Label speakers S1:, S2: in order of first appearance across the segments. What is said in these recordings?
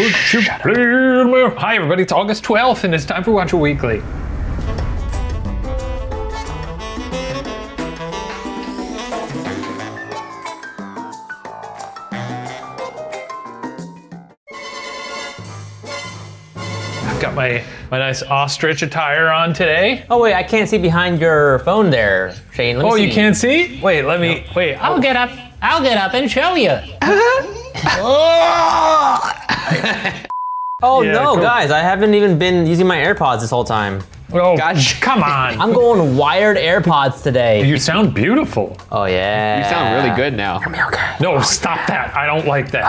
S1: Would you please me- Hi, everybody. It's August 12th, and it's time for Watcher Weekly. I've got my, my nice ostrich attire on today.
S2: Oh wait, I can't see behind your phone there, Shane. Let me
S1: Oh, you
S2: see.
S1: can't see? Wait, let me. Wait, I'll
S2: I'll
S1: get.
S2: get up. I'll get up and show you. oh
S1: Yeah,
S2: no,
S1: cool.
S2: guys! I haven't even been using my AirPods this whole time.
S1: Oh,
S3: Gosh.
S1: come on.
S2: I'm going wired AirPods today.
S1: you sound beautiful.
S2: Oh yeah.
S3: You sound really good now.
S1: No, stop that. I don't like that.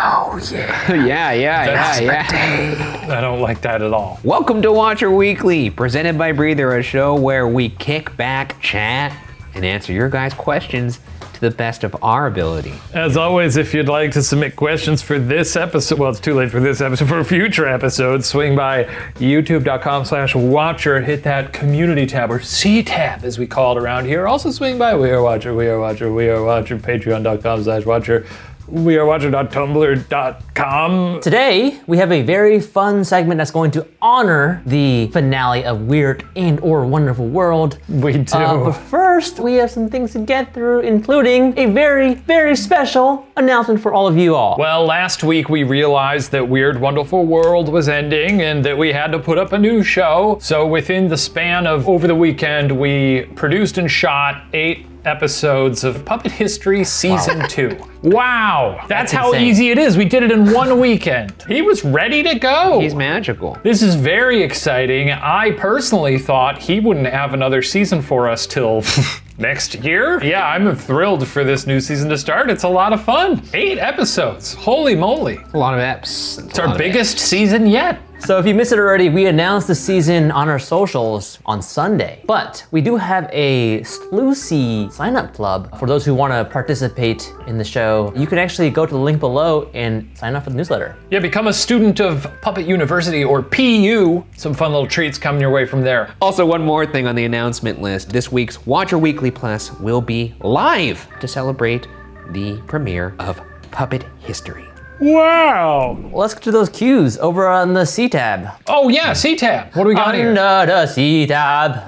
S3: yeah, yeah, yeah, yeah.
S1: I don't like that at all.
S3: Welcome to Watcher Weekly, presented by Breather, a show where we kick back, chat, and answer your guys' questions to the best of our ability.
S1: As always, if you'd like to submit questions for this episode, well, it's too late for this episode, for future episodes, swing by youtube.com slash watcher, hit that community tab, or C-tab as we call it around here. Also swing by We Are Watcher, We Are Watcher, We Are Watcher, patreon.com slash watcher, we are watcher.tumblr.com.
S2: Today we have a very fun segment that's going to honor the finale of Weird and or Wonderful World.
S1: We do.
S2: Uh, but first, we have some things to get through, including a very, very special announcement for all of you all.
S1: Well, last week we realized that Weird Wonderful World was ending and that we had to put up a new show. So, within the span of over the weekend, we produced and shot eight episodes of Puppet History Season 2. Wow! That's, how
S2: insane.
S1: easy it is. We did it in one weekend. He was ready to go.
S3: He's magical.
S1: This is very exciting. I personally thought he wouldn't have another season for us till next year. Yeah, I'm thrilled for this new season to start. It's a lot of fun. Eight episodes. Holy moly.
S3: A lot of eps.
S1: It's our biggest season yet.
S2: So if you missed it already, we announced the season on our socials on Sunday. But we do have a Sluicy sign-up club for those who want to participate in the show. You can actually go to the link below and sign up for the newsletter.
S1: Yeah, become a student of Puppet University or PU. Some fun little treats coming your way from there.
S3: Also, one more thing on the announcement list. This week's Watcher Weekly Plus will be live to celebrate the premiere of Puppet History.
S1: Wow.
S2: Well, let's get to those cues over on the C tab.
S1: Oh,
S3: Hmm.
S1: yeah, C-Tab. What do we
S3: Um,
S1: got
S2: Under
S1: here?
S2: the C tab.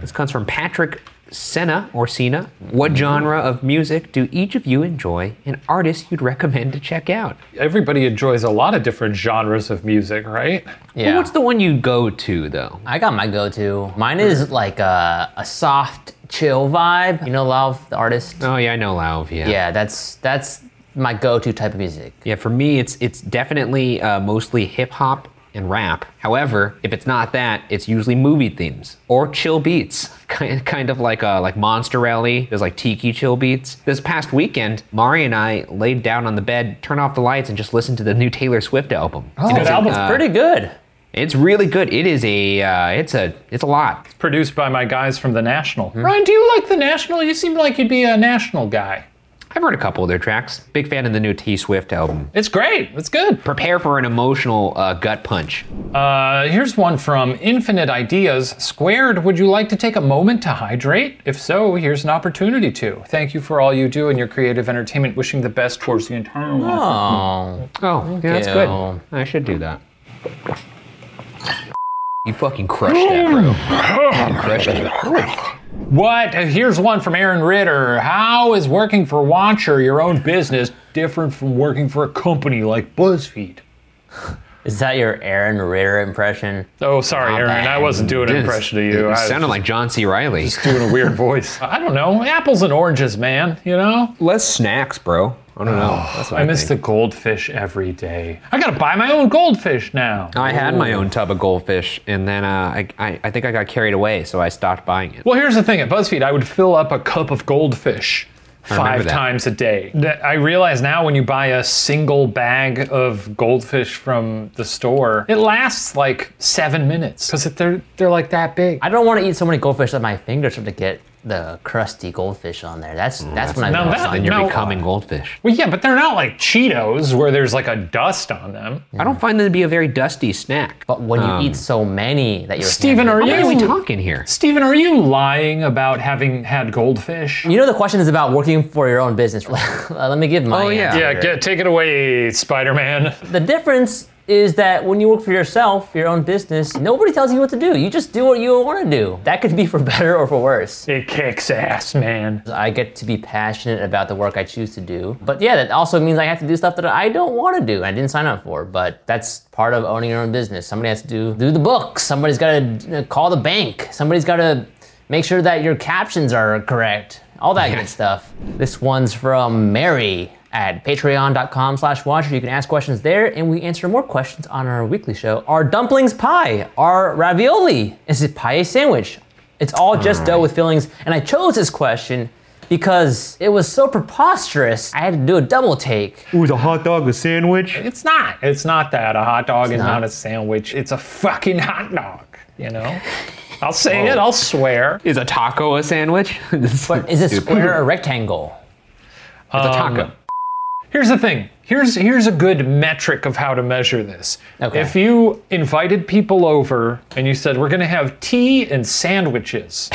S3: This comes from Patrick Senna or Cena. What genre of music do each of you enjoy and artists you'd recommend to check out?
S1: Everybody enjoys a lot of different genres of music, right?
S2: Yeah.
S3: What's the one you go to though?
S2: I got my go-to. Mine is like a, a soft, chill vibe. You know, Love, the artist.
S3: Oh yeah, I know Lauv, yeah.
S2: Yeah, that's that's my go-to type of music.
S3: Yeah, for me it's it's definitely uh, mostly hip hop and rap. However, if it's not that, it's usually movie themes or chill beats. Kind, kind of like uh, like Monster Rally. There's like tiki chill beats. This past weekend, Mari and I laid down on the bed, turned off the lights, and just listened to the new Taylor Swift album.
S1: Good album.
S3: uh,
S2: Pretty good.
S3: It's really good. It is a uh, it's a it's a lot.
S1: produced by my guys from The National.
S3: Hmm.
S1: Ryan, do you like The National? You seem like you'd be a National guy.
S3: I've heard a couple of their tracks. Big fan of the new T Swift album.
S1: It's great. It's good.
S3: Prepare for an emotional uh, gut punch.
S1: Uh, here's one from Infinite Ideas Squared. Would you like to take a moment to hydrate? If so, here's an opportunity to. Thank you for all you do in your creative entertainment. Wishing the best towards the entire world.
S2: Oh,
S3: Oh, yeah, that's good.
S2: you.
S3: I should do that. You fucking crushed that, bro. You crushed it.
S1: What? Uh, Here's one from Aaron Ritter. How is working for Watcher, your own business, different from working for a company like BuzzFeed?
S2: is that your Aaron Ritter impression?
S1: Oh, sorry, Aaron. I wasn't doing an impression of you.
S3: It
S1: I
S3: sounded
S1: was
S3: like John C. Riley.
S1: doing a weird voice. I don't know. Apples and oranges, man. You know?
S3: Less snacks, bro. I don't know. That's what I,
S1: I miss the goldfish every day. I gotta buy my own goldfish now.
S3: I had my own tub of goldfish, and then uh, I, I I think I got carried away, so I stopped buying it.
S1: Well, here's the thing at BuzzFeed, I would fill up a cup of goldfish five
S3: that.
S1: times a day. That- I realize now when you buy a single bag of goldfish from the store, it lasts like seven minutes because they're, they're like that big.
S2: I don't want to eat so many goldfish that my fingers start to get the crusty goldfish on there.
S1: Mm,
S2: That's that's when I
S1: Now
S2: lost
S1: that-
S2: on
S3: Then you're
S1: No.
S3: becoming goldfish.
S1: Well, yeah, but they're not like Cheetos where there's like a dust on them.
S3: I don't find them to be a very dusty snack.
S2: But when you eat so many that you're
S1: Um, Steven,
S2: hammered-
S1: are
S3: what are we
S1: you
S3: talking here?
S1: Steven, are you lying about having had goldfish?
S2: You know the question is about working for your own business. Uh, Let me give my
S3: Oh, yeah.
S2: answer.
S1: Yeah, get, take it away, Spider-Man.
S2: The difference is that when you work for yourself, your own business, nobody tells you what to do. You just do what you want to do. That could be for better or for worse.
S1: It kicks ass, man.
S2: I get to be passionate about the work I choose to do. But yeah, that also means I have to do stuff that I don't want to do. and I didn't sign up for, but that's part of owning your own business. Somebody has to do do the books. Somebody's got to uh, call the bank. Somebody's got to make sure that your captions are correct. All that good stuff. This one's from Mary at patreon.com slash watcher. You can ask questions there and we answer more questions on our weekly show. Are dumplings pie? Are ravioli? Is it pie a sandwich? It's all just dough with fillings. And I chose this question because it was so preposterous, I had to do a double take.
S4: Ooh, the hot dog, a sandwich.
S1: It's not. It's not that. A hot dog is
S2: not.
S1: not. a sandwich. It's a fucking hot dog, you know? I'll say it. I'll swear.
S3: Is a taco a sandwich?
S2: But is it square or rectangle?
S3: It's a
S1: Um,
S3: taco.
S1: Here's the thing. Here's here's a good metric of how to measure this.
S2: Okay.
S1: If you invited people over and you said we're going to have tea and sandwiches.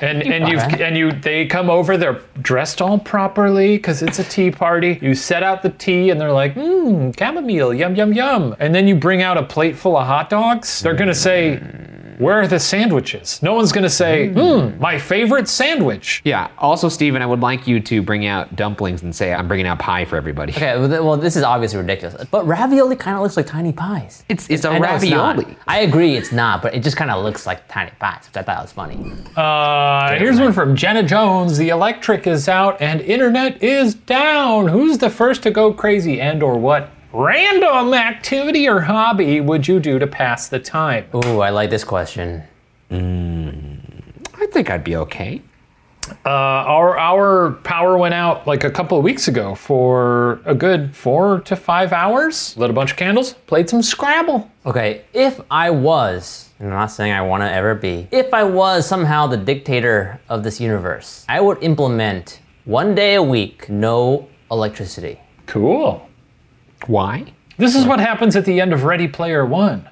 S1: And, and you and you they come over they're dressed all properly because it's a tea party you set out the tea and they're like mmm chamomile yum yum yum and then you bring out a plate full of hot dogs they're gonna say where are the sandwiches no one's gonna say mmm my favorite sandwich
S3: Yeah. Also, Steven, I would like you to bring out dumplings and say, I'm bringing out pie for everybody.
S2: Okay, well, th- well, this is obviously ridiculous. But ravioli kind of looks like tiny pies.
S3: It's, it's a
S2: I know it's not.
S3: ravioli.
S2: I agree it's not, but it just kind of looks like tiny pies, which I thought was funny.
S1: Uh, here's one from Jenna Jones. The electric is out and internet is down. Who's the first to go crazy and or what random activity or hobby would you do to pass the time? Uh,
S2: Ooh, I like this question.
S3: I think I'd be okay.
S1: Our our power went out like a couple of weeks ago for a good 4 to 5 hours. Lit a bunch of candles, played some Scrabble.
S2: Okay, if I was, and I'm not saying I want to ever be, if I was somehow the dictator of this universe, I would implement one day a week, no electricity.
S1: Cool.
S3: Why?
S1: This is what happens at the end of Ready Player 1.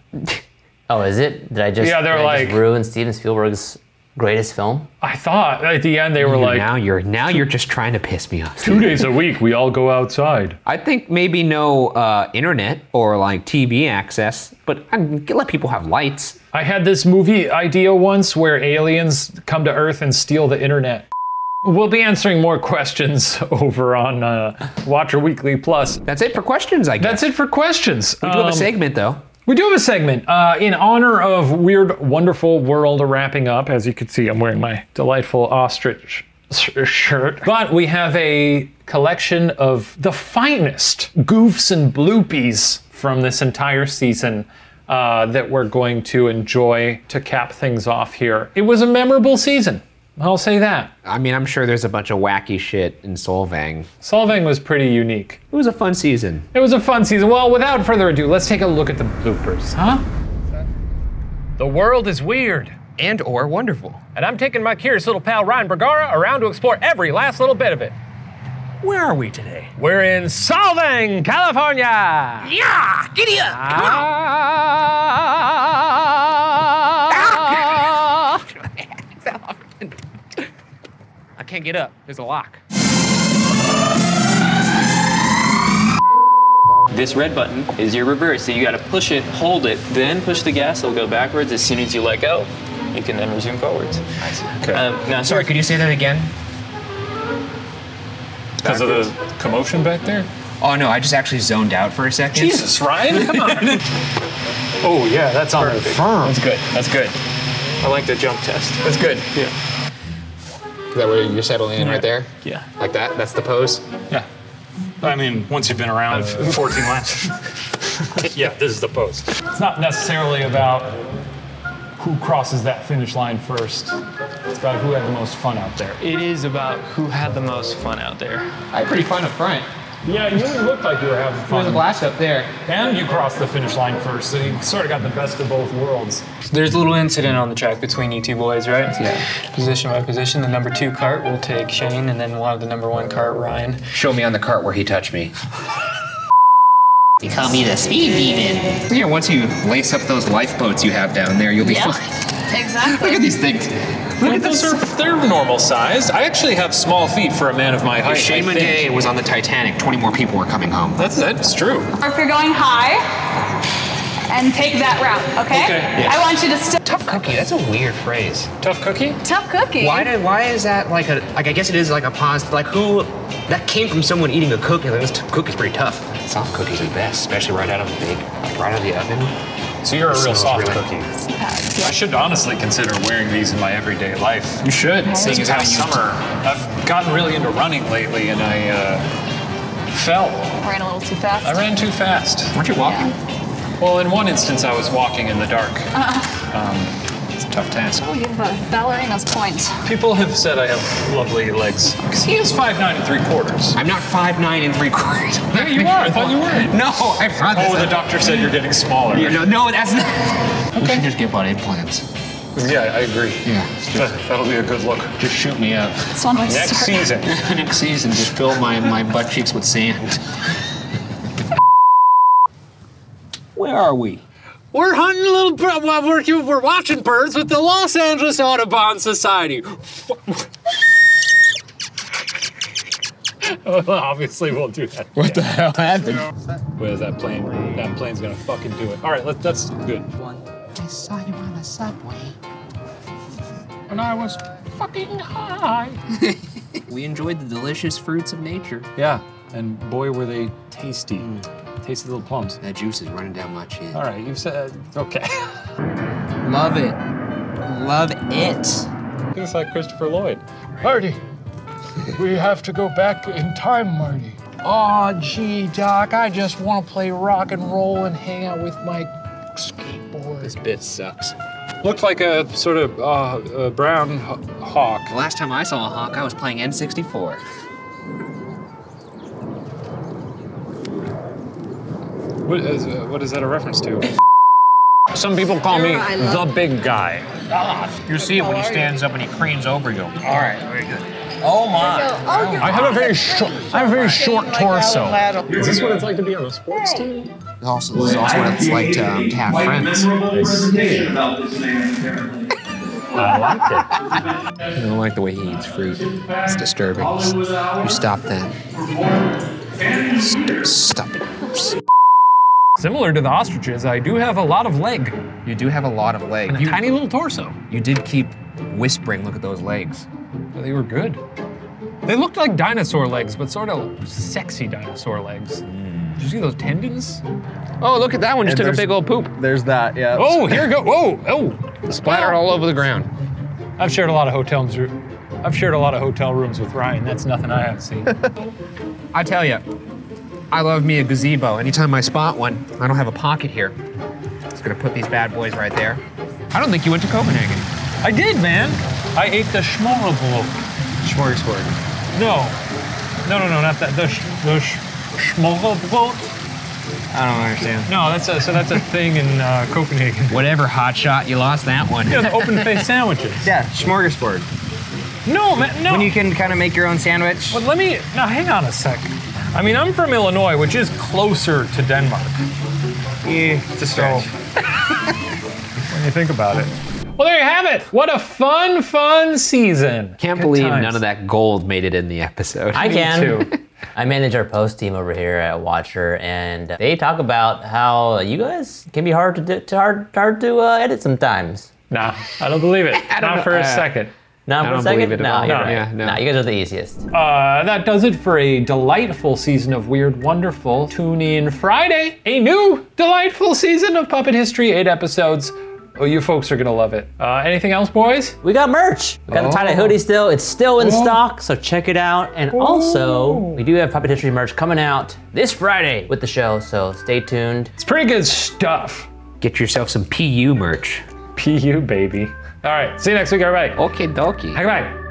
S2: Oh, is it? Did I just,
S1: Yeah, they're
S2: did I just
S1: like-
S2: ruin Steven Spielberg's greatest film?
S1: I thought at the end they were like
S3: now you're now you're just trying to piss me off.
S1: 2 days a week we all go outside.
S3: I think maybe no uh, internet or like TV access, but I let people have lights.
S1: I had this movie idea once where aliens come to Earth and steal the internet. We'll be answering more questions over on uh, Watcher Weekly Plus.
S3: That's it for questions, I guess.
S1: That's it um, for questions.
S3: we do have a segment though.
S1: We do have a segment uh, in honor of Weird Wonderful World wrapping up. As you can see, I'm wearing my delightful ostrich sh- shirt. But we have a collection of the finest goofs and bloopies from this entire season. Uh, that we're going to enjoy to cap things off here. It was a memorable season. I'll say that.
S3: I mean, I'm sure there's a bunch of wacky shit in Solvang.
S1: Solvang was pretty unique.
S3: It was a fun season.
S1: It was a fun season. Well, without further ado, let's take a look at the bloopers, huh? The world is weird.
S3: And or wonderful.
S1: and I'm taking my curious little pal Ryan Bergara around to explore every last little bit of it.
S5: Where are we today?
S1: We're in Solvang, California.
S5: Yeah, giddy up!
S1: Ah.
S3: I can't get up. There's a lock.
S6: This red button is your reverse, so you gotta push it, hold it, then push the gas, it'll go backwards. As soon as you let go, it can then resume forwards. Okay. Um, now, sorry, could you say that again?
S1: Because of the commotion back there?
S3: Oh no, I just actually zoned out for a second.
S1: Jesus, Ryan, come on. oh, yeah, that's on the firm.
S6: That's good, that's good. I like the jump test. That's good. Yeah.
S7: Is that where you're settling in right there?
S6: Yeah.
S7: Like that? That's the pose?
S5: I mean, once you've been around 14 laps. yeah, this is the post.
S1: It's not necessarily about who crosses that finish line first, it's about who had the most fun out there.
S6: It is about who had the most fun out there.
S7: I had pretty fun up front.
S1: Yeah, you really looked like you were having
S3: There's a
S1: fun.
S3: blast up there.
S1: And you crossed the finish line first, so you sort of got the best of both worlds.
S6: There's a little incident on the track between you two boys, right?
S3: Yeah.
S6: Position by position, the number two cart will take Shane, and then we'll have the number one cart, Ryan.
S8: Show me on the cart where he touched me.
S9: They call me the speed demon.
S3: Yeah, once you lace up those lifeboats you have down there, you'll be
S9: Yep.
S3: fine. Look
S9: Exactly.
S3: at these things.
S1: Look at those are they're normal sized. I actually have small feet for a man of my height.
S3: If Shaman
S1: I think.
S3: Day was on the Titanic, 20 more people were coming home.
S1: That's that's true.
S10: Or if you're going high, and take that route, okay?
S1: Okay.
S10: I want you to still
S3: Tough cookie, that's a weird phrase.
S1: Tough cookie.
S10: tough cookie.
S3: Why did, why is that like a like I guess it is like a pause, but like who that came from someone eating a cookie like this t- cookie's pretty tough. Soft cookies are the best, especially right out of the bake, like right out of the oven.
S1: So you're a real
S3: Smells
S1: soft
S3: really-
S1: cookie. I should honestly consider wearing these in my everyday life. You should, seeing as how summer. I've gotten really into running lately, and I uh, fell.
S10: Ran a little too fast. Oh,
S1: I ran too fast.
S3: Weren't you walking?
S1: Well, in one instance, I was walking in the dark. Um, it's a tough task.
S10: Oh, you have a ballerina's point.
S1: People have said I have lovely legs. Because he is five nine and three quarters.
S3: I'm not five nine and three quarters.
S1: Yeah, you are. I thought you were.
S3: No, I promise.
S1: Oh, the doctor said you're getting smaller.
S3: You know, no, that's not. We should just get bought implants.
S1: Yeah, I agree.
S3: Yeah.
S1: That'll be a good look.
S3: Just shoot me up.
S10: That's one way to
S1: Next
S10: start.
S1: season.
S3: Next season, just fill my, my butt cheeks with sand.
S8: Where are we?
S11: We're hunting little birds. Well, we're, we're watching birds with the Los Angeles Audubon Society.
S1: Obviously, we'll do that.
S11: What the hell happened?
S1: Where's that plane? That plane's gonna fucking do it. All right, let, that's good.
S3: I saw you on the subway.
S1: And I was fucking high.
S3: We enjoyed the delicious fruits of nature.
S1: Yeah, and boy, were they tasty.
S9: Mm.
S1: Tasty little plums.
S3: That juice is running down my chin.
S1: All right, you've said uh, okay.
S9: Love it. Love it.
S1: Looks like Christopher Lloyd.
S12: Marty, we have to go back in time, Marty. Aw, gee, Doc, I just want to play rock and roll and hang out with my skateboard.
S3: This bit sucks.
S1: Looked like a sort of uh, a brown haw- hawk.
S3: The last time I saw a hawk, I was playing N64.
S1: What is, uh, what is that a reference to? Some people call me the big guy. You see it when he stands up and he creams over you.
S3: All right, very good.
S11: Oh my.
S1: I have a very short, I have a very short torso. Is this what it's like to be on a sports team?
S3: Also, this is also what it's like to um, have friends.
S7: presentation about this man, apparently.
S3: I don't like the way he eats fruit. It's disturbing. You stop that. S- Stop it.
S13: Similar to the ostriches, I do have a lot of leg
S3: You do have a lot of legs.
S13: and a
S3: You,
S13: tiny little torso.
S3: you did keep whispering, look at those legs.
S13: They were good. They looked like dinosaur legs, but sort of sexy dinosaur legs. Did you see those tendons?
S8: Oh, look at that one. Just took a
S11: there's-
S8: big old poop.
S11: There's that, yeah.
S13: Oh, here go. Whoa, oh.
S8: Splattered all over the ground.
S13: I've shared a lot of hotel rooms. I've shared a lot of hotel rooms with Ryan. That's nothing I haven't seen.
S3: I tell you, I love me a gazebo. Anytime I spot one, I don't have a pocket here. Just gonna put these bad boys right there. I don't think you went to Copenhagen.
S13: I did, man. I ate the schmorlblock.
S3: Smorgasbord.
S13: No, no, no, no, not that. The sh- the sh- schmorlblock.
S3: I don't understand.
S13: No, that's a, so that's a thing in uh, Copenhagen.
S3: Whatever, hotshot, you lost that one.
S13: You know, the open face sandwiches.
S9: Yeah, smorgasbord.
S13: No, man, no.
S9: When you can kind of make your own sandwich.
S13: But let me now hang on a second. I mean, I'm from Illinois, which is closer to Denmark.
S9: Yeah.
S13: So, when you think about it. Well, there you have it. What a fun, fun season.
S8: Can't believe none of that gold made it in the episode.
S2: I can.
S13: too.
S2: I manage our post team over here at Watcher, and they talk about how you guys can be hard to, do, to hard, hard to uh, edit sometimes.
S13: Nah, I don't Uh, believe it. Not for a second.
S2: Not for a
S8: don't
S2: second.
S8: believe it at
S2: no,
S8: all.
S2: you're
S8: No,
S2: right.
S8: yeah, no.
S2: Nah, you guys are the easiest.
S13: Uh, that does it for a delightful season of Weird Wonderful. Tune in Friday, a new delightful season of Puppet History, eight episodes. Oh, you folks are gonna love it. Uh, anything else, boys?
S2: We got merch. We got the
S8: Oh.
S2: tie-dye hoodie still. It's still in stock, so check it out. And also,
S8: Oh.
S2: we do have Puppet History merch coming out this Friday with the show, so stay tuned.
S13: It's pretty good stuff.
S8: Get yourself some PU merch.
S13: PU baby. All right, see you next week, everybody.
S8: Okay, dokie.
S13: Goodbye.